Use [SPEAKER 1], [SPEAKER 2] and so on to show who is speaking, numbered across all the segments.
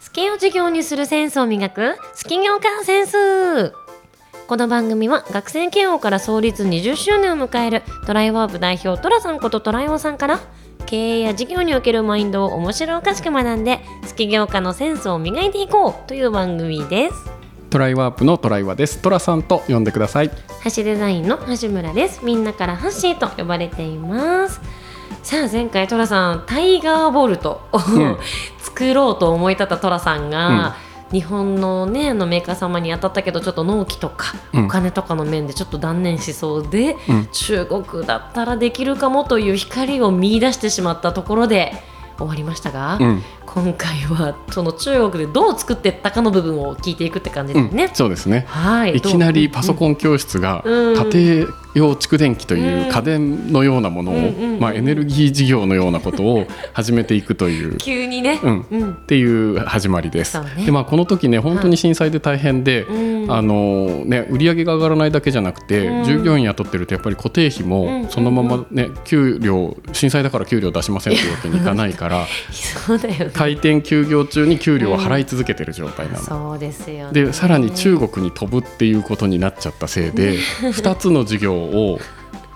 [SPEAKER 1] スキを授業にするセンスを磨くスキ業界センスこの番組は学生慶応から創立20周年を迎えるトライワーブ代表トラさんことトライオさんから経営や事業におけるマインドを面白おかしく学んでスキ業界のセンスを磨いていこうという番組です
[SPEAKER 2] トライワープのトライワです。トラさんと呼んでください。
[SPEAKER 1] 橋デザインの橋村ですみんなからハッシーと呼ばれていますさあ前回トラさんタイガーボルトを、
[SPEAKER 2] ん
[SPEAKER 1] 作ろうと思い立ったトラさんが、日本のねあのメーカー様に当たったけどちょっと納期とか
[SPEAKER 2] うん
[SPEAKER 1] お金とかの面でちょっと断念しそうで、
[SPEAKER 2] うん
[SPEAKER 1] 中国だったらできるかもという光を見出してしまったところで終わりましたが、
[SPEAKER 2] うん、
[SPEAKER 1] 今回はその中国でどう作っていったかの部分を聞いていくって感じ
[SPEAKER 2] う
[SPEAKER 1] で
[SPEAKER 2] ん
[SPEAKER 1] すね。
[SPEAKER 2] そうですね。
[SPEAKER 1] はい
[SPEAKER 2] いきなりパ
[SPEAKER 1] コン
[SPEAKER 2] ソコン教室が
[SPEAKER 1] うん
[SPEAKER 2] 家庭用蓄電器と
[SPEAKER 1] う
[SPEAKER 2] い
[SPEAKER 1] ん
[SPEAKER 2] う家電のようなものを、
[SPEAKER 1] うんうん
[SPEAKER 2] まあ、エネルギー事業のようなことを始めていくという。
[SPEAKER 1] 急にね。
[SPEAKER 2] うん
[SPEAKER 1] うん。
[SPEAKER 2] っていう始まりです、
[SPEAKER 1] そうね
[SPEAKER 2] でまあこの時ね本当に震災で大変で、
[SPEAKER 1] うん
[SPEAKER 2] あのね売り上げが上がらないだけじゃなくて、
[SPEAKER 1] うん
[SPEAKER 2] 従業員雇ってるとやっぱり固定費
[SPEAKER 1] うん
[SPEAKER 2] もそのままね給料震災だから給料出しませんっていうわけにい かないから
[SPEAKER 1] そうだよね。
[SPEAKER 2] 開店休業中に給料を払い続けてる状態なの、
[SPEAKER 1] そうですよね。
[SPEAKER 2] でさらに中国に飛ぶっていうことになっちゃったせいで2つの事業を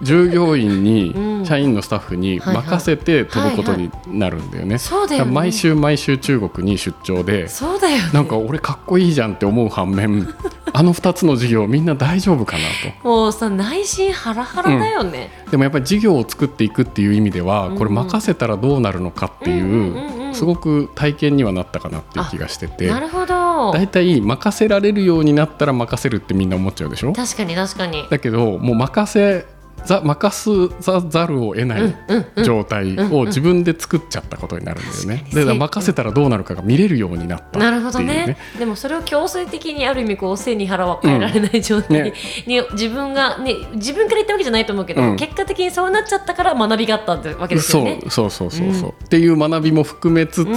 [SPEAKER 2] 従業員
[SPEAKER 1] うん
[SPEAKER 2] に社員のスタッフに
[SPEAKER 1] はいはい
[SPEAKER 2] 任せて飛ぶことになるんだよね。
[SPEAKER 1] そうだ
[SPEAKER 2] だ
[SPEAKER 1] よ
[SPEAKER 2] から
[SPEAKER 1] ね。
[SPEAKER 2] 毎。週毎週中国に出張で
[SPEAKER 1] そうだよね。
[SPEAKER 2] なんか俺かっこいいじゃんって思う 反面あの2つの事業みんな大丈夫かな
[SPEAKER 1] もうさ内心ハラハラだよね。
[SPEAKER 2] とでもやっぱり事業を作っていくっていう意味では
[SPEAKER 1] うん
[SPEAKER 2] これ任せたらどうなるのかって
[SPEAKER 1] うんうんうんう
[SPEAKER 2] い
[SPEAKER 1] ん
[SPEAKER 2] うすごく体験にはなったかなっていう気がしてて
[SPEAKER 1] なるほど。
[SPEAKER 2] 大体任せられるようになったら任せるってみんな思っちゃうでしょ
[SPEAKER 1] 確かに確かに。
[SPEAKER 2] だけどもう任せざ任すざざるを得な
[SPEAKER 1] うん
[SPEAKER 2] い
[SPEAKER 1] うんうん。
[SPEAKER 2] 状態を自分で作っちゃったことになるんだよ
[SPEAKER 1] 確
[SPEAKER 2] ね。
[SPEAKER 1] かに
[SPEAKER 2] でだから任せたらどうなるかが見れるようになったっていう
[SPEAKER 1] なるほどね
[SPEAKER 2] ね。
[SPEAKER 1] でもそれを強制的にある意味こう背に腹は変えられない状態に,、
[SPEAKER 2] ね
[SPEAKER 1] 自分がね自分から言ったわけじゃないと思うけど、
[SPEAKER 2] うん
[SPEAKER 1] 結果的にそうなっちゃったから学びがあったってわけですよね。
[SPEAKER 2] そうそうそうそうそう、っていう学びも含めつつ、
[SPEAKER 1] う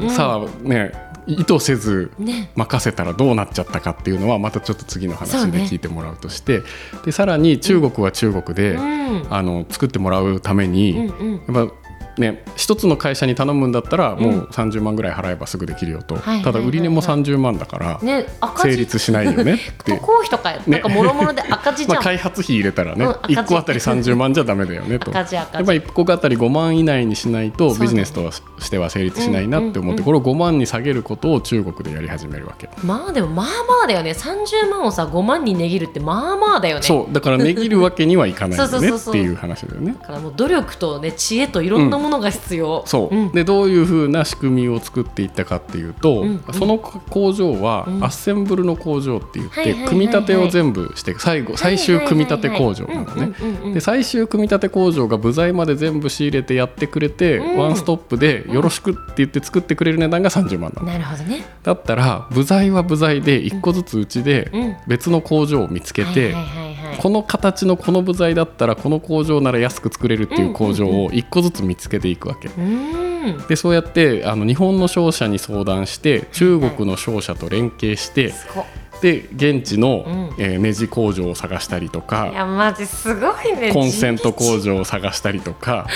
[SPEAKER 1] んうん
[SPEAKER 2] さあね意図せず
[SPEAKER 1] ね。
[SPEAKER 2] 任せたらどうなっちゃったかっていうのはまたちょっと次の
[SPEAKER 1] そう
[SPEAKER 2] 話で
[SPEAKER 1] ね
[SPEAKER 2] 聞いてもらうとして、でさらに中国は中国で、
[SPEAKER 1] うん。
[SPEAKER 2] あの作ってもらうため
[SPEAKER 1] うん
[SPEAKER 2] に、
[SPEAKER 1] うん。
[SPEAKER 2] やっぱね、一つの会社に頼むんだったらも
[SPEAKER 1] ん
[SPEAKER 2] う30万ぐらい払えばすぐできるよと、
[SPEAKER 1] はいはいはい
[SPEAKER 2] ただ売り値も30万だから
[SPEAKER 1] ね赤
[SPEAKER 2] 成
[SPEAKER 1] 字
[SPEAKER 2] 立しないよねって
[SPEAKER 1] 渡航費 とか、なんかもろもろで赤字じ
[SPEAKER 2] ま
[SPEAKER 1] ゃ
[SPEAKER 2] あ、
[SPEAKER 1] ん。
[SPEAKER 2] 開発費入れたらね、
[SPEAKER 1] うん赤字
[SPEAKER 2] 1個あたり30万じゃダメだよねと
[SPEAKER 1] 赤字赤字
[SPEAKER 2] やっぱり1個あたり5万以内にしない
[SPEAKER 1] そ
[SPEAKER 2] と
[SPEAKER 1] うだね
[SPEAKER 2] ビジネスとはしては成立しないなって思って、これを5万に下げることを中国でやり始めるわけ、
[SPEAKER 1] まあでもまあまあだよね30万をさ5万に値切るってまあまあだよね
[SPEAKER 2] そうだから値切るわけにはいかないよね
[SPEAKER 1] そうそうそう
[SPEAKER 2] っ
[SPEAKER 1] そう
[SPEAKER 2] ていう話だよね
[SPEAKER 1] だからもう努力とね知恵といろんなものが必要、
[SPEAKER 2] そう、
[SPEAKER 1] うん
[SPEAKER 2] でどういうふうな仕組みを作っていったかっていうと、
[SPEAKER 1] うん
[SPEAKER 2] その工場はア
[SPEAKER 1] うん
[SPEAKER 2] ッセンブルの工場って言っ
[SPEAKER 1] はいはい
[SPEAKER 2] て
[SPEAKER 1] はいはい
[SPEAKER 2] 組み立てを全部して最後最終組み立て工場なのね
[SPEAKER 1] うんうんうんうん
[SPEAKER 2] で最終組み立て工場が部材まで全部仕入れてやってくれて、
[SPEAKER 1] うん
[SPEAKER 2] ワンストップでよろしくって言って作ってくれる値段が30万なの、
[SPEAKER 1] なるほどね
[SPEAKER 2] だったら部材は部材で1個ずつうちで
[SPEAKER 1] うん
[SPEAKER 2] 別の工場を見つけて、
[SPEAKER 1] はいはいはいはい
[SPEAKER 2] この形のこの部材だったらこの工場なら安く作れるっていう工場を1個ずつ見つけていくわけ。
[SPEAKER 1] うーん
[SPEAKER 2] でそうやってあの日本の商社に相談して中国の商社と連携して、
[SPEAKER 1] すごい
[SPEAKER 2] で現地の、
[SPEAKER 1] うん
[SPEAKER 2] えーネジ工場を探したりと
[SPEAKER 1] い
[SPEAKER 2] か
[SPEAKER 1] やマジすごいね
[SPEAKER 2] コンセント工場を探したりとか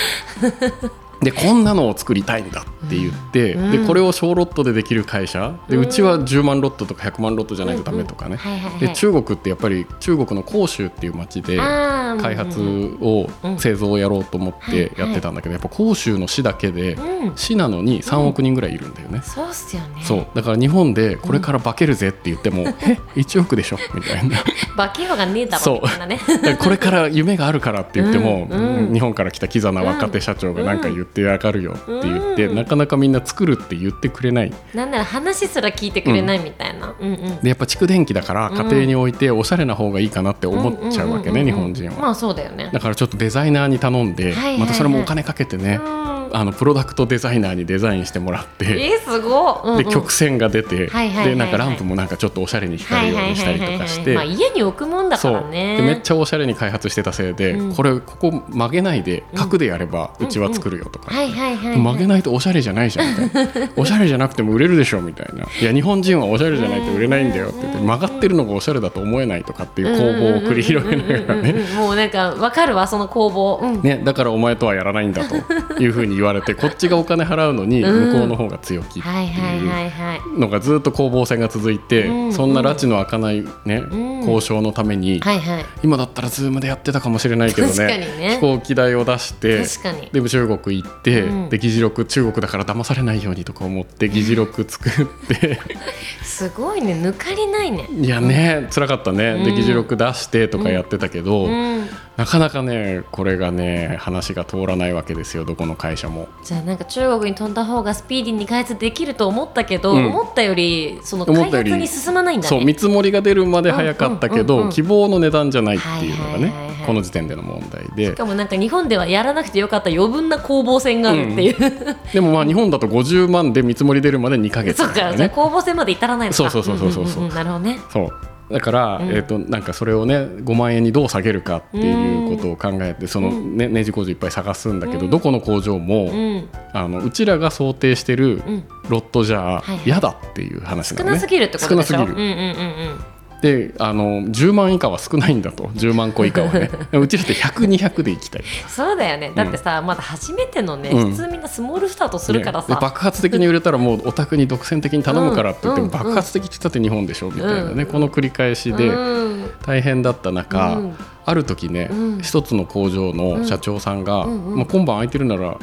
[SPEAKER 2] でこんなのを作りたいんだって言って、
[SPEAKER 1] うん
[SPEAKER 2] でこれを小ロットでできる会社で
[SPEAKER 1] うん
[SPEAKER 2] うちは10万ロットとか100万ロットじゃないとダメとかね、
[SPEAKER 1] はいはいはい
[SPEAKER 2] で中国ってやっぱり中国の広州っていう町で
[SPEAKER 1] あー
[SPEAKER 2] 開発を
[SPEAKER 1] うん
[SPEAKER 2] 製造をやろうと思ってやってたんだけどやっぱ広州の市だけで
[SPEAKER 1] うん
[SPEAKER 2] 市なのに3億人ぐらいいるんだよね。
[SPEAKER 1] そうっすよね
[SPEAKER 2] そうだから日本でこれから化けるぜって言っても、え1億でしょみたいな
[SPEAKER 1] バケようがねえだろ
[SPEAKER 2] そう
[SPEAKER 1] みたいなね
[SPEAKER 2] これから夢があるからって言っても、
[SPEAKER 1] うんうん
[SPEAKER 2] 日本から来たキザな若手社長がなんか言ってやがるよって言って、
[SPEAKER 1] うん
[SPEAKER 2] なかなかみんな作るって言ってくれない
[SPEAKER 1] なんなら話すら聞いてくれないみたいな、うん、うんうん
[SPEAKER 2] でやっぱ蓄電器だから
[SPEAKER 1] うん
[SPEAKER 2] 家庭に置いておしゃれな方がいいかなって思っちゃうわけ
[SPEAKER 1] ん
[SPEAKER 2] ね、
[SPEAKER 1] ん
[SPEAKER 2] 日
[SPEAKER 1] んん
[SPEAKER 2] 本人は、
[SPEAKER 1] まあそうだよね
[SPEAKER 2] だからちょっとデザイナーに頼んで、
[SPEAKER 1] はいはいはい
[SPEAKER 2] またそれもお金かけてね、
[SPEAKER 1] うん
[SPEAKER 2] あのプロダクトデザイナーにデザインしてもらって。
[SPEAKER 1] えー、すごい、うんうん
[SPEAKER 2] で曲線が出て、
[SPEAKER 1] はいはいはいはい
[SPEAKER 2] でなんかランプもなんかちょっとおしゃれに光るようにしたりとかして、
[SPEAKER 1] まあ、家に置くもんだか
[SPEAKER 2] そう
[SPEAKER 1] らね
[SPEAKER 2] でめっちゃおしゃれに開発してたせいで、
[SPEAKER 1] うん
[SPEAKER 2] これここ曲げないで角でやればうちは作るよとか、
[SPEAKER 1] はいはいはい、
[SPEAKER 2] 曲げないとおしゃれじゃないじゃんみたい なおしゃれじゃなくても売れるでしょみたいないや日本人はおしゃれじゃないと売れないんだよって言って曲がってるのがおしゃれだと思えないとかっていう攻防を繰り広げながらね
[SPEAKER 1] うんうんうんうんもうなんかわかるわその工房、うん
[SPEAKER 2] ね、だからお前とはやらないんだというふうに言われてこっちがお金払うのに
[SPEAKER 1] うん
[SPEAKER 2] 向こうの方が強気って
[SPEAKER 1] はいはいはいいはい。
[SPEAKER 2] うのがずっと攻防戦が続いて、
[SPEAKER 1] うん
[SPEAKER 2] そんな拉致の開かない、ね
[SPEAKER 1] ん
[SPEAKER 2] 交渉のために、
[SPEAKER 1] はいはい。
[SPEAKER 2] 今だったら Zoom でやってたかもしれないけどね
[SPEAKER 1] 確かにね
[SPEAKER 2] 飛行機代を出して
[SPEAKER 1] 確かに。
[SPEAKER 2] でも中国行って、
[SPEAKER 1] うん
[SPEAKER 2] で議事録中国だから騙されないようにとか思って議事録作って。
[SPEAKER 1] すごいね、抜かりないね。
[SPEAKER 2] いやね辛かったね、
[SPEAKER 1] う
[SPEAKER 2] で
[SPEAKER 1] ん
[SPEAKER 2] 議事録出してとかやってたけど、
[SPEAKER 1] うん。
[SPEAKER 2] なかなかねこれがね話が通らないわけですよどこの会社も
[SPEAKER 1] じゃあなんか中国に飛んだ方がスピーディーに開発できると思ったけど、
[SPEAKER 2] うん
[SPEAKER 1] 思ったよりその
[SPEAKER 2] 思
[SPEAKER 1] 開
[SPEAKER 2] ったより
[SPEAKER 1] 発に進まないんだね。
[SPEAKER 2] そう見積もりが出るまで早かったけど、
[SPEAKER 1] うんうんうんうん
[SPEAKER 2] 希望の値段じゃないっていうのがね、
[SPEAKER 1] はいはいはいはい
[SPEAKER 2] この時点での問題で
[SPEAKER 1] しかもなんか日本ではやらなくてよかった余分な攻防戦があるっていう、
[SPEAKER 2] でもまあ日本だと50万で見積もり出るまで2ヶ月
[SPEAKER 1] そ
[SPEAKER 2] だ
[SPEAKER 1] っ
[SPEAKER 2] から
[SPEAKER 1] か、じゃあ
[SPEAKER 2] ね
[SPEAKER 1] 攻防戦まで至らないのか
[SPEAKER 2] そうそうそうそうそうそうん
[SPEAKER 1] んんんなるほどね
[SPEAKER 2] そうだから、えー、となんかそれをね5万円にどう下げるかっていうことを考えてそのねネジ工場いっぱい探すんだけど、どこの工場も、
[SPEAKER 1] うん
[SPEAKER 2] あのうちらが想定してる
[SPEAKER 1] ん
[SPEAKER 2] ロットじゃ
[SPEAKER 1] はいはい
[SPEAKER 2] 嫌だっていう話な
[SPEAKER 1] 少
[SPEAKER 2] のね、
[SPEAKER 1] なすぎるってことでしょ
[SPEAKER 2] 少なすぎ
[SPEAKER 1] うん
[SPEAKER 2] る
[SPEAKER 1] うんうん
[SPEAKER 2] であの10万以下は少ないんだと10万個以下 はねうちらって100200でいきたい
[SPEAKER 1] うんそうだよねだってさ、まだ初めてのね、
[SPEAKER 2] うん
[SPEAKER 1] 普通みんなスモールスタートするからさ、
[SPEAKER 2] ねで爆発的に売れたらもうお宅に独占的に頼むからって言っても、
[SPEAKER 1] うん
[SPEAKER 2] 爆発的って言ったって日本でしょみたいなね、
[SPEAKER 1] うん
[SPEAKER 2] この繰り返しで
[SPEAKER 1] うん
[SPEAKER 2] 大変だった中、
[SPEAKER 1] うん
[SPEAKER 2] ある時ね、
[SPEAKER 1] うん
[SPEAKER 2] 一つの工場の社長さんが、
[SPEAKER 1] うんうんうん
[SPEAKER 2] まあ、今晩空いてるなら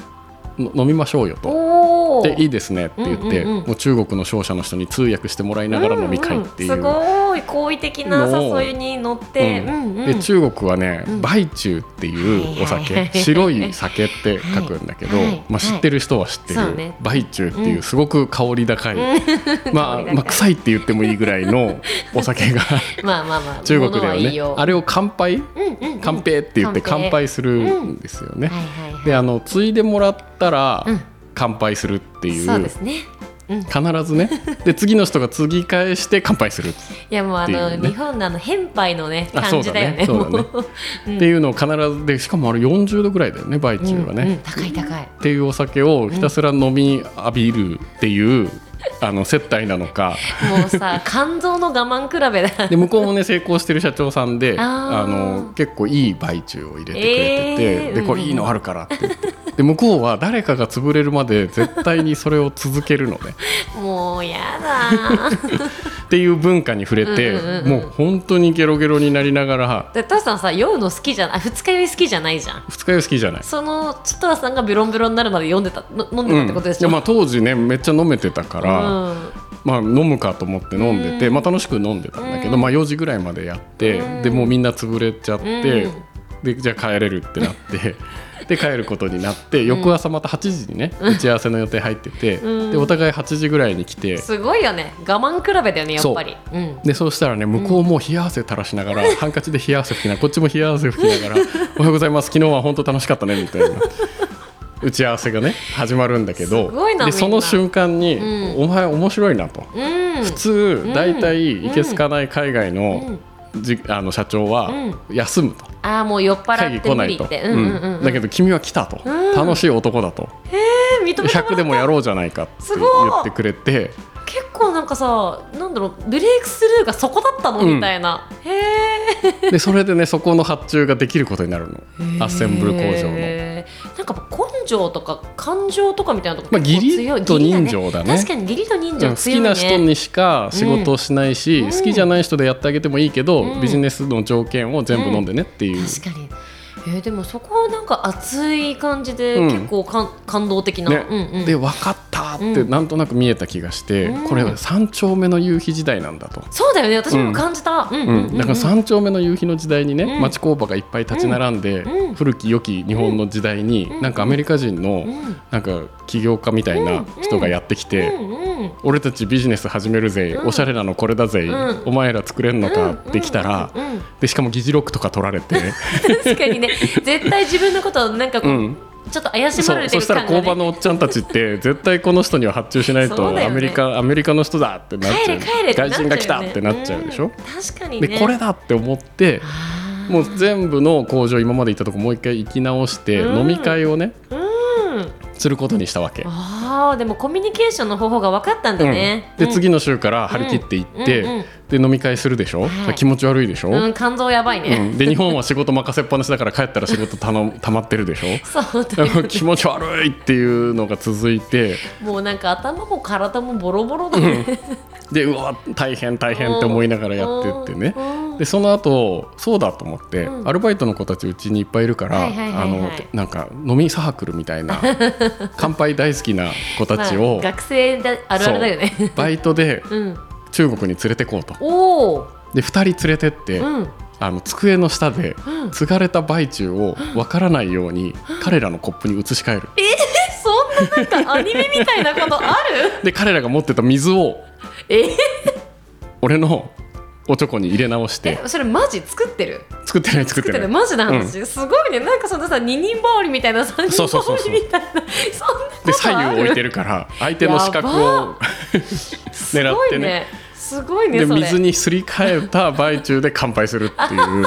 [SPEAKER 2] の飲みましょうよと。
[SPEAKER 1] おお
[SPEAKER 2] でいいですねって言って、
[SPEAKER 1] うんうんうん
[SPEAKER 2] もう中国の商社の人に通訳してもらいながら飲み会っていう,、
[SPEAKER 1] んんすごい好意的な誘いに乗って、
[SPEAKER 2] うん
[SPEAKER 1] うんうん
[SPEAKER 2] で中国はね、
[SPEAKER 1] うん
[SPEAKER 2] 白昼っていうお酒、
[SPEAKER 1] はいはい はい
[SPEAKER 2] 白い酒って書くんだけど、
[SPEAKER 1] はいはい
[SPEAKER 2] まあ、知ってる人は知ってる、
[SPEAKER 1] そうね
[SPEAKER 2] 白昼っていううんすごく香り高い、 まあ、まあ臭いって言ってもいいぐらいのお酒が
[SPEAKER 1] まあまあまあ
[SPEAKER 2] 中国で
[SPEAKER 1] 物
[SPEAKER 2] は
[SPEAKER 1] はいい
[SPEAKER 2] ね
[SPEAKER 1] よ
[SPEAKER 2] あれを乾杯
[SPEAKER 1] うんうんうん
[SPEAKER 2] 乾杯って言って
[SPEAKER 1] 乾杯
[SPEAKER 2] 乾杯するんですよね。
[SPEAKER 1] はいはいはい
[SPEAKER 2] であのついでもらったら
[SPEAKER 1] うん
[SPEAKER 2] 乾杯するっていう、
[SPEAKER 1] そうですねうん
[SPEAKER 2] 必ず ねで次の人が継ぎ返して乾杯するっ
[SPEAKER 1] いやもうあの
[SPEAKER 2] っていうね
[SPEAKER 1] 日本のあの変態のね
[SPEAKER 2] あ
[SPEAKER 1] 感じだよね。
[SPEAKER 2] そうだね
[SPEAKER 1] も
[SPEAKER 2] そうていうのを必ずでしかもあれ40度ぐらいだよね白昼はね、
[SPEAKER 1] うんうん高い高い。
[SPEAKER 2] っていうお酒をひたすら飲み浴びるっていう、あの接待なのか
[SPEAKER 1] もう さ肝臓の我慢比べだ。
[SPEAKER 2] で向こうもね成功してる社長さんで
[SPEAKER 1] あー
[SPEAKER 2] あの結構いい売中を入れてくれてて、
[SPEAKER 1] えー
[SPEAKER 2] でこれいいのあるからって言って。で向こうは誰かが潰れるまで絶対にそれを続けるのね
[SPEAKER 1] もうやだ。
[SPEAKER 2] っていう文化に触れて、
[SPEAKER 1] うんうんうん
[SPEAKER 2] もう本当にゲロゲロになりながら
[SPEAKER 1] でトラさんさ酔うの好きじゃない、あ二日酔い好きじゃないじゃん。
[SPEAKER 2] 二日酔い好きじゃない
[SPEAKER 1] そのトラさんがベロンベロンになるまで飲んでたの飲んで
[SPEAKER 2] う
[SPEAKER 1] た
[SPEAKER 2] ん
[SPEAKER 1] ってことで
[SPEAKER 2] い
[SPEAKER 1] し
[SPEAKER 2] や
[SPEAKER 1] ょ。
[SPEAKER 2] まあ当時ねめっちゃ飲めてたから、
[SPEAKER 1] うん
[SPEAKER 2] まあ、飲むかと思って飲んでて、まあ、楽しく飲んでたんだけど、まあ、4時ぐらいまでやって、でもうみんな潰れちゃって、
[SPEAKER 1] うん
[SPEAKER 2] でじゃあ帰れるってなって で帰ることになって翌朝また8時にね、打ち合わせの予定入ってて、
[SPEAKER 1] うん
[SPEAKER 2] でお互い8時ぐらいに来て。
[SPEAKER 1] すごいよね。我慢比べだよねやっぱり。うん。
[SPEAKER 2] でそうしたらね向こうも冷や汗垂らしながら、ハンカチで冷や汗拭きながらこっちも冷や汗拭き ながら「おはようございます昨日は本当楽しかったね」みたいな打ち合わせがね始まるんだけど
[SPEAKER 1] すごいな
[SPEAKER 2] で
[SPEAKER 1] みんな
[SPEAKER 2] その瞬間に「
[SPEAKER 1] う
[SPEAKER 2] お前面白いな」と。
[SPEAKER 1] うん。
[SPEAKER 2] 普通大体いけすかない海外の,、じあの社長は休むと、
[SPEAKER 1] ああもう酔っ
[SPEAKER 2] 会
[SPEAKER 1] 払
[SPEAKER 2] 議
[SPEAKER 1] って
[SPEAKER 2] 来
[SPEAKER 1] 無
[SPEAKER 2] な
[SPEAKER 1] 理
[SPEAKER 2] いと、
[SPEAKER 1] って。うんうんうん。
[SPEAKER 2] だけど君は来たと、
[SPEAKER 1] うん
[SPEAKER 2] 楽しい男だと
[SPEAKER 1] えー認めても
[SPEAKER 2] 100
[SPEAKER 1] ら
[SPEAKER 2] で
[SPEAKER 1] っ
[SPEAKER 2] もやろうじゃないかって
[SPEAKER 1] す
[SPEAKER 2] 言
[SPEAKER 1] ごい
[SPEAKER 2] ってくれて
[SPEAKER 1] 結構なんかさなんだろうブレイクスルーがそこだったの、
[SPEAKER 2] うん
[SPEAKER 1] みたいなへえ
[SPEAKER 2] でそれでねそこの発注ができることになるのアッセンブル工場の。
[SPEAKER 1] へーなんか根性とか感情とかみたいなとこ
[SPEAKER 2] まあ義
[SPEAKER 1] 結構
[SPEAKER 2] 理
[SPEAKER 1] 強い
[SPEAKER 2] と
[SPEAKER 1] 義理
[SPEAKER 2] 人情だね
[SPEAKER 1] 確かに義理と人
[SPEAKER 2] うん
[SPEAKER 1] 情
[SPEAKER 2] 好
[SPEAKER 1] 強い
[SPEAKER 2] き
[SPEAKER 1] ね、
[SPEAKER 2] な人にしか仕事をしないし、
[SPEAKER 1] うん
[SPEAKER 2] 好きじゃない人でやってあげてもいいけど、
[SPEAKER 1] うん
[SPEAKER 2] ビジネスの条件を全部飲んでねっていう、
[SPEAKER 1] 確かにえー、でもそこはなんか熱い感じで、
[SPEAKER 2] うん
[SPEAKER 1] 結構かん感動的な、
[SPEAKER 2] ね
[SPEAKER 1] うんうん、
[SPEAKER 2] で分かったって
[SPEAKER 1] うん
[SPEAKER 2] なんとなく見えた気がして、
[SPEAKER 1] うん
[SPEAKER 2] これ3丁目の夕日時代なんだと。
[SPEAKER 1] そうだよね私も感じた、うんうん
[SPEAKER 2] う
[SPEAKER 1] うん
[SPEAKER 2] ん、だから3丁目の夕日の時代にね、
[SPEAKER 1] うん
[SPEAKER 2] 町工場がいっぱい立ち並んで、
[SPEAKER 1] うん
[SPEAKER 2] 古き良き日本の時代に、
[SPEAKER 1] うん
[SPEAKER 2] なんかアメリカ人の、
[SPEAKER 1] うん
[SPEAKER 2] なんか起業家みたいな人がやってきて、
[SPEAKER 1] うんうん
[SPEAKER 2] 俺たちビジネス始めるぜ、
[SPEAKER 1] うん
[SPEAKER 2] おしゃれなのこれだぜ、
[SPEAKER 1] ん
[SPEAKER 2] お前ら作れんのかってきたら、
[SPEAKER 1] うんうんうん
[SPEAKER 2] でしかも議事録とか取られて、
[SPEAKER 1] 確かにね絶対自分のことをなんかこ
[SPEAKER 2] う
[SPEAKER 1] う、
[SPEAKER 2] ん、
[SPEAKER 1] ちょっと怪しま
[SPEAKER 2] そ
[SPEAKER 1] れて
[SPEAKER 2] うそ
[SPEAKER 1] る
[SPEAKER 2] したら
[SPEAKER 1] 感が、ね、
[SPEAKER 2] 工場のおっちゃんたちって 絶対この人には発注しない
[SPEAKER 1] そう
[SPEAKER 2] と
[SPEAKER 1] だよね
[SPEAKER 2] アメリカ,、アメリカの人だってなっ
[SPEAKER 1] 帰
[SPEAKER 2] ちゃ
[SPEAKER 1] れ
[SPEAKER 2] う
[SPEAKER 1] 帰れってなっちゃうよね
[SPEAKER 2] 外人が来たってなっちゃうでしょ、
[SPEAKER 1] ん確かにね
[SPEAKER 2] でこれだって思って
[SPEAKER 1] あー
[SPEAKER 2] もう全部の工場今まで行ったとこもう一回行き直して
[SPEAKER 1] うん
[SPEAKER 2] 飲み会をね
[SPEAKER 1] うん
[SPEAKER 2] することにしたわけ。
[SPEAKER 1] あーでもコミュニケーションの方法が分かったんだね、
[SPEAKER 2] うん
[SPEAKER 1] うん
[SPEAKER 2] で次の週から張り切って行って、
[SPEAKER 1] うんうん
[SPEAKER 2] で飲み会するでしょ、
[SPEAKER 1] はい
[SPEAKER 2] 気持ち悪いでしょ、
[SPEAKER 1] うん、肝臓やばいね。
[SPEAKER 2] うんで日本は仕事任せっぱなしだから帰ったら仕事たの溜まってる でしょ
[SPEAKER 1] そうだよ
[SPEAKER 2] 気持ち悪いっていうのが続いて
[SPEAKER 1] もうなんか頭も体もボロボロだね。
[SPEAKER 2] でうわ大変大変って思いながらやってってね
[SPEAKER 1] うん
[SPEAKER 2] でその後そうだと思って、
[SPEAKER 1] うん
[SPEAKER 2] アルバイトの子たちうちにいっぱいいるから
[SPEAKER 1] はいはいはいはい
[SPEAKER 2] あのなんか飲みサークルみた いな乾杯大好きな子たち
[SPEAKER 1] まあ
[SPEAKER 2] を、
[SPEAKER 1] 学生だあるあるだよね。
[SPEAKER 2] バイトで
[SPEAKER 1] うん。
[SPEAKER 2] 中国に連れてこうと
[SPEAKER 1] おお。
[SPEAKER 2] で2人連れてって、
[SPEAKER 1] うん。
[SPEAKER 2] あの机の下で
[SPEAKER 1] うん
[SPEAKER 2] 継がれた売中をわからないように彼らのコップに移し替える
[SPEAKER 1] そんななんかアニメみたいなことあ る？
[SPEAKER 2] で彼らが持ってた水を
[SPEAKER 1] え
[SPEAKER 2] 俺のおちょこに入れ直して
[SPEAKER 1] え、それマジ作ってる？
[SPEAKER 2] 作ってない
[SPEAKER 1] 作
[SPEAKER 2] 作っ
[SPEAKER 1] ってて
[SPEAKER 2] な
[SPEAKER 1] る
[SPEAKER 2] い
[SPEAKER 1] マジな話、すごいねなんかそのさ二人羽織みたいな三人
[SPEAKER 2] そうそう
[SPEAKER 1] 羽
[SPEAKER 2] そうそ
[SPEAKER 1] 織
[SPEAKER 2] う
[SPEAKER 1] みたいなそんなこと
[SPEAKER 2] で左
[SPEAKER 1] あ
[SPEAKER 2] 右
[SPEAKER 1] る
[SPEAKER 2] 置いてるから相手の資格を
[SPEAKER 1] す
[SPEAKER 2] 狙
[SPEAKER 1] ご
[SPEAKER 2] っ
[SPEAKER 1] い
[SPEAKER 2] て
[SPEAKER 1] ね
[SPEAKER 2] ね
[SPEAKER 1] すごいね
[SPEAKER 2] で
[SPEAKER 1] それ
[SPEAKER 2] 水にすり替えた売中で乾杯するっていう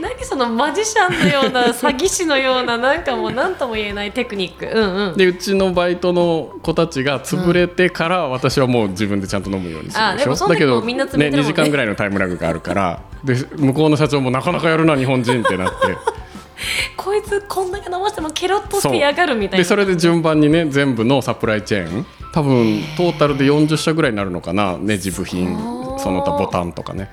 [SPEAKER 1] 何そのマジシャンのような詐欺師のようななんかもう何とも言えないテクニックうんうん
[SPEAKER 2] でうちのバイトの子たちが潰れてから私はもう自分でちゃんと飲むようにする
[SPEAKER 1] あ
[SPEAKER 2] で
[SPEAKER 1] で
[SPEAKER 2] しょ
[SPEAKER 1] もその時
[SPEAKER 2] だけど
[SPEAKER 1] もうみんな冷たいもんね
[SPEAKER 2] 2時間ぐらいのタイムラグがあるからで向こうの社長もなかなかやるな日本人ってなって。
[SPEAKER 1] こいつこんだけ飲ませてもケロッとしてやがるみたい
[SPEAKER 2] で
[SPEAKER 1] な
[SPEAKER 2] それで順番にね全部のサプライチェーン多分トータルで40社ぐらいになるのかなネジ部品
[SPEAKER 1] そう
[SPEAKER 2] その他ボタンとかね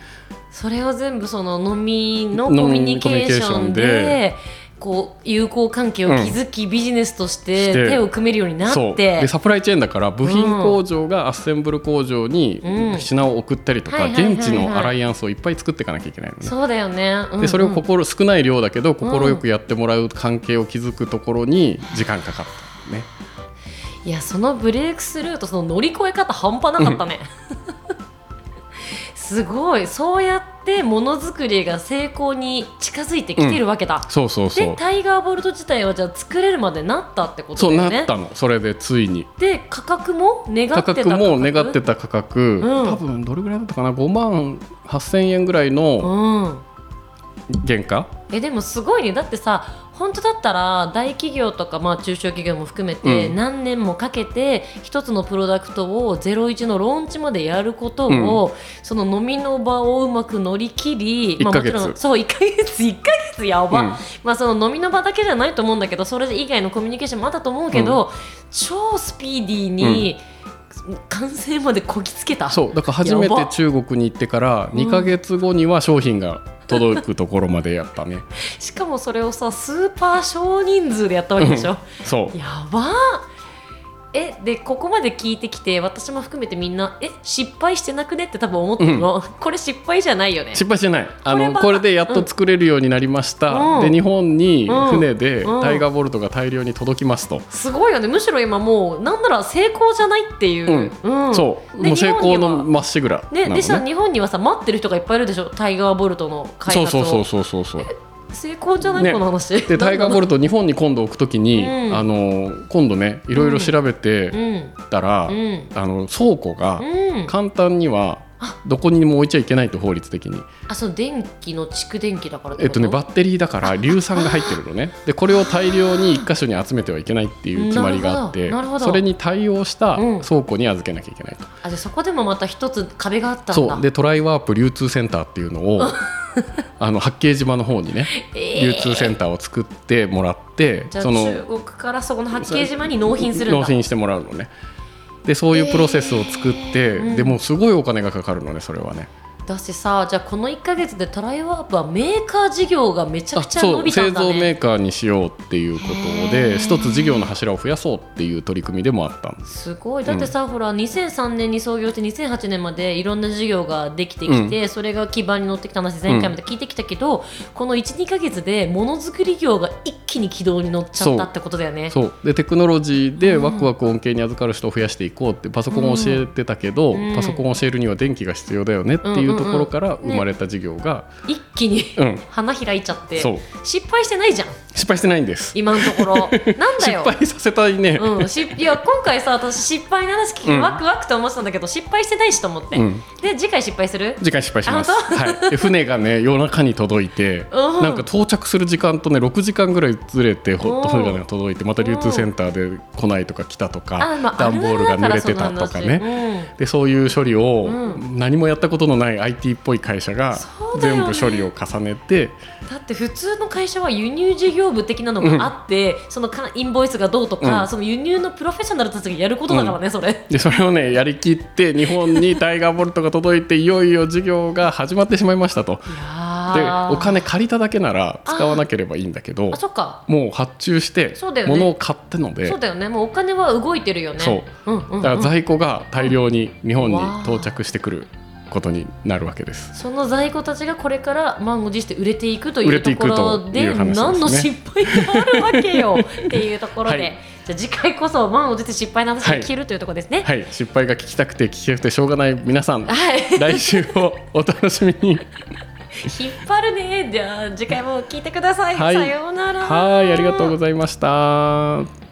[SPEAKER 1] それを全部その飲みの
[SPEAKER 2] 飲み
[SPEAKER 1] コミュニケーション
[SPEAKER 2] コミュニケーション
[SPEAKER 1] でこう友好関係を築き、ビジネスとして
[SPEAKER 2] して
[SPEAKER 1] 手を組めるようにな
[SPEAKER 2] そう
[SPEAKER 1] っ
[SPEAKER 2] で
[SPEAKER 1] て
[SPEAKER 2] サプライチェーンだから部品工場がアッセンブル工場に
[SPEAKER 1] うん
[SPEAKER 2] 品を送ったりとか
[SPEAKER 1] はいはいはいはい
[SPEAKER 2] 現地のアライアンスをいっぱい作っていかなきゃいけないのね。
[SPEAKER 1] そうだよね、うんうん
[SPEAKER 2] でそれを心少ない量だけど快くやってもらう関係を築くところに時間かかったね。
[SPEAKER 1] いやそのブレイクスルーとその乗り越え方半端なかったね すごいそうやってものづくりが成功に近づいてきてるわけだ、
[SPEAKER 2] そうそうそ
[SPEAKER 1] で
[SPEAKER 2] う。
[SPEAKER 1] タイガーボルト自体はじゃあ作れるまでなったってこと
[SPEAKER 2] そう
[SPEAKER 1] だよね
[SPEAKER 2] なったのそれでついに
[SPEAKER 1] で価格も願ってた
[SPEAKER 2] 価格も願ってた価格、
[SPEAKER 1] うん
[SPEAKER 2] 多分どれぐらいだったかな5万8000円ぐらいの
[SPEAKER 1] うん
[SPEAKER 2] 原価、
[SPEAKER 1] えでもすごいねだってさ本当だったら大企業とか、まあ、中小企業も含めて、
[SPEAKER 2] うん
[SPEAKER 1] 何年もかけて一つのプロダクトを01のローンチまでやることを、その飲みの場をうまく乗り切り
[SPEAKER 2] 一ヶ月
[SPEAKER 1] まあ、もちろんそう1ヶ月1ヶ月やば、
[SPEAKER 2] うん
[SPEAKER 1] まあ、その飲みの場だけじゃないと思うんだけどそれ以外のコミュニケーションもあったと思うけど、超スピーディーに完成までこぎつけた。
[SPEAKER 2] そうだから初め
[SPEAKER 1] やば
[SPEAKER 2] て中国に行ってから
[SPEAKER 1] ん
[SPEAKER 2] 2ヶ月後には商品が届くところまでやったね、
[SPEAKER 1] しかもそれをさスーパー少人数でやったわけでしょ。
[SPEAKER 2] そ
[SPEAKER 1] やばーえでここまで聞いてきて私も含めてみんなえ失敗してなくねって多分思ってるの、これ失敗じゃないよね
[SPEAKER 2] う失敗してないあ
[SPEAKER 1] これ
[SPEAKER 2] の
[SPEAKER 1] は
[SPEAKER 2] これでやっと作れるようになりました、
[SPEAKER 1] うん
[SPEAKER 2] で日本に船で
[SPEAKER 1] うん
[SPEAKER 2] タイガーボルトが大量に届きますと、
[SPEAKER 1] すごいよねむしろ今もうなんなら成功じゃないっていう、うん
[SPEAKER 2] そう
[SPEAKER 1] で
[SPEAKER 2] もう成功
[SPEAKER 1] 日本
[SPEAKER 2] の
[SPEAKER 1] には
[SPEAKER 2] まっしぐらなの
[SPEAKER 1] ね
[SPEAKER 2] ね
[SPEAKER 1] でさ日本にはさ待ってる人がいっぱいいるでしょタイガーボルトの開発
[SPEAKER 2] そ
[SPEAKER 1] を
[SPEAKER 2] うそうそうそうそうそう
[SPEAKER 1] 成功じゃない、
[SPEAKER 2] ね
[SPEAKER 1] この話
[SPEAKER 2] でタイガーボルト日本に今度置くときに、
[SPEAKER 1] うん
[SPEAKER 2] あの今度ねいろいろ調べて
[SPEAKER 1] うん
[SPEAKER 2] たら、
[SPEAKER 1] うん
[SPEAKER 2] あの倉庫が
[SPEAKER 1] うん
[SPEAKER 2] 簡単にはどこにも置いちゃいけないと法律的に、
[SPEAKER 1] あその電気の蓄電器だから
[SPEAKER 2] えっとね、
[SPEAKER 1] バ
[SPEAKER 2] バッテリーだから硫酸が入ってるのねでこれを大量に1箇所に集めてはいけないっていう決まりがあって
[SPEAKER 1] なるほどなるほど
[SPEAKER 2] それに対応した
[SPEAKER 1] うん
[SPEAKER 2] 倉庫に預けなきゃいけないと、
[SPEAKER 1] あじゃあそこでもまた一つ壁があったんだ
[SPEAKER 2] そうでトライワープ流通センターってい うのをあの八景島の方にね
[SPEAKER 1] えー
[SPEAKER 2] 流通センターを作ってもらって、
[SPEAKER 1] じゃあ
[SPEAKER 2] その
[SPEAKER 1] 中国からそこの八景島に納品するんだ
[SPEAKER 2] 納品してもらうのねでそういうプロセスを作って、
[SPEAKER 1] うん
[SPEAKER 2] でもうすごいお金がかかるのねそれはね
[SPEAKER 1] だしさじゃあこの1か月でトライワープはメーカー事業がめちゃ
[SPEAKER 2] あ
[SPEAKER 1] くちゃ伸
[SPEAKER 2] そう
[SPEAKER 1] びた
[SPEAKER 2] 製
[SPEAKER 1] んだ
[SPEAKER 2] 造メ
[SPEAKER 1] ね
[SPEAKER 2] ーカーにしようっていうこと
[SPEAKER 1] へー
[SPEAKER 2] で一つ事業の柱を増やそうっていう取り組みでもあったんです
[SPEAKER 1] すごいだってさ、ほら2003年に創業して2008年までいろんな事業ができてきて、それが基盤に乗ってきた話前回まで聞いてきたけど、この12か月でものづくり業が一気に軌道に乗っちゃったってことだよね。
[SPEAKER 2] そうでテクノロジーでワクワク恩恵に預かる人を増やしていこうってパソコンを教えてたけど、
[SPEAKER 1] うん
[SPEAKER 2] パソコンを教えるには電気が必要だよねっていうところから
[SPEAKER 1] うんうんうん
[SPEAKER 2] 生まれた事業が、
[SPEAKER 1] 一気に、
[SPEAKER 2] うん
[SPEAKER 1] 花開いちゃって
[SPEAKER 2] そう
[SPEAKER 1] 失敗してないじゃん
[SPEAKER 2] 失敗してないんです
[SPEAKER 1] 今のと ころなんだ
[SPEAKER 2] 失
[SPEAKER 1] よ
[SPEAKER 2] 敗させたいね、
[SPEAKER 1] うん、しいや今回さ私失敗の話聞いて
[SPEAKER 2] うん
[SPEAKER 1] ワクワクと思ってたんだけど、失敗してないしと思って、
[SPEAKER 2] うん
[SPEAKER 1] で次回失敗する
[SPEAKER 2] 次回失敗します。
[SPEAKER 1] あ
[SPEAKER 2] はい、で船がね夜中に届いて、
[SPEAKER 1] うん
[SPEAKER 2] なんか到着する時間とね6時間ぐらいずれて
[SPEAKER 1] お
[SPEAKER 2] ほ
[SPEAKER 1] ー
[SPEAKER 2] 船が届いてまた流通センターで来ないとか来たとか
[SPEAKER 1] あ、まあ、
[SPEAKER 2] 段ボールが濡れて
[SPEAKER 1] あ
[SPEAKER 2] た
[SPEAKER 1] るあるだか
[SPEAKER 2] とか
[SPEAKER 1] そ
[SPEAKER 2] ら
[SPEAKER 1] の話
[SPEAKER 2] ね。でそういう処理を
[SPEAKER 1] う
[SPEAKER 2] 何もやったことのない IT っぽい会社が
[SPEAKER 1] そうだよね
[SPEAKER 2] 全部処理を重ねて
[SPEAKER 1] だって普通の会社は輸入事業部的なのがあって、そのかインボイスがどうとか、
[SPEAKER 2] うん
[SPEAKER 1] その輸入のプロフェッショナルたちがやることだからね、それ。
[SPEAKER 2] でそれをねやりきって日本にタイガーボルトが届いていよいよ事業が始まってしまいましたと。
[SPEAKER 1] いや
[SPEAKER 2] で
[SPEAKER 1] ー
[SPEAKER 2] お金借りただけなら使わなければいいんだけど
[SPEAKER 1] あそっか
[SPEAKER 2] もう発注して
[SPEAKER 1] そうだよね
[SPEAKER 2] 物を買ったので
[SPEAKER 1] そうだよねもうお金は動いてるよね
[SPEAKER 2] そう
[SPEAKER 1] うんうんうん
[SPEAKER 2] だから在庫が大量に日本に
[SPEAKER 1] わあ
[SPEAKER 2] 到着してくることになるわけです。
[SPEAKER 1] その在庫たちがこれから満を持して売れていくとい
[SPEAKER 2] 売
[SPEAKER 1] う
[SPEAKER 2] れて
[SPEAKER 1] と
[SPEAKER 2] い
[SPEAKER 1] こ
[SPEAKER 2] くと
[SPEAKER 1] ろ
[SPEAKER 2] い
[SPEAKER 1] で
[SPEAKER 2] う話ですね
[SPEAKER 1] 何の失敗があるわけ よっていうところで、
[SPEAKER 2] はい
[SPEAKER 1] じゃあ次回こそ満を持して失敗の話を聞けるというところですね。
[SPEAKER 2] はい、失敗が聞きたくて聞きたくてしょうがない皆さん、
[SPEAKER 1] はい、
[SPEAKER 2] 来週をお楽しみに。
[SPEAKER 1] 引っ張るねじゃあ次回も聞いてください、
[SPEAKER 2] はい
[SPEAKER 1] さようなら
[SPEAKER 2] はい、ありがとうございました。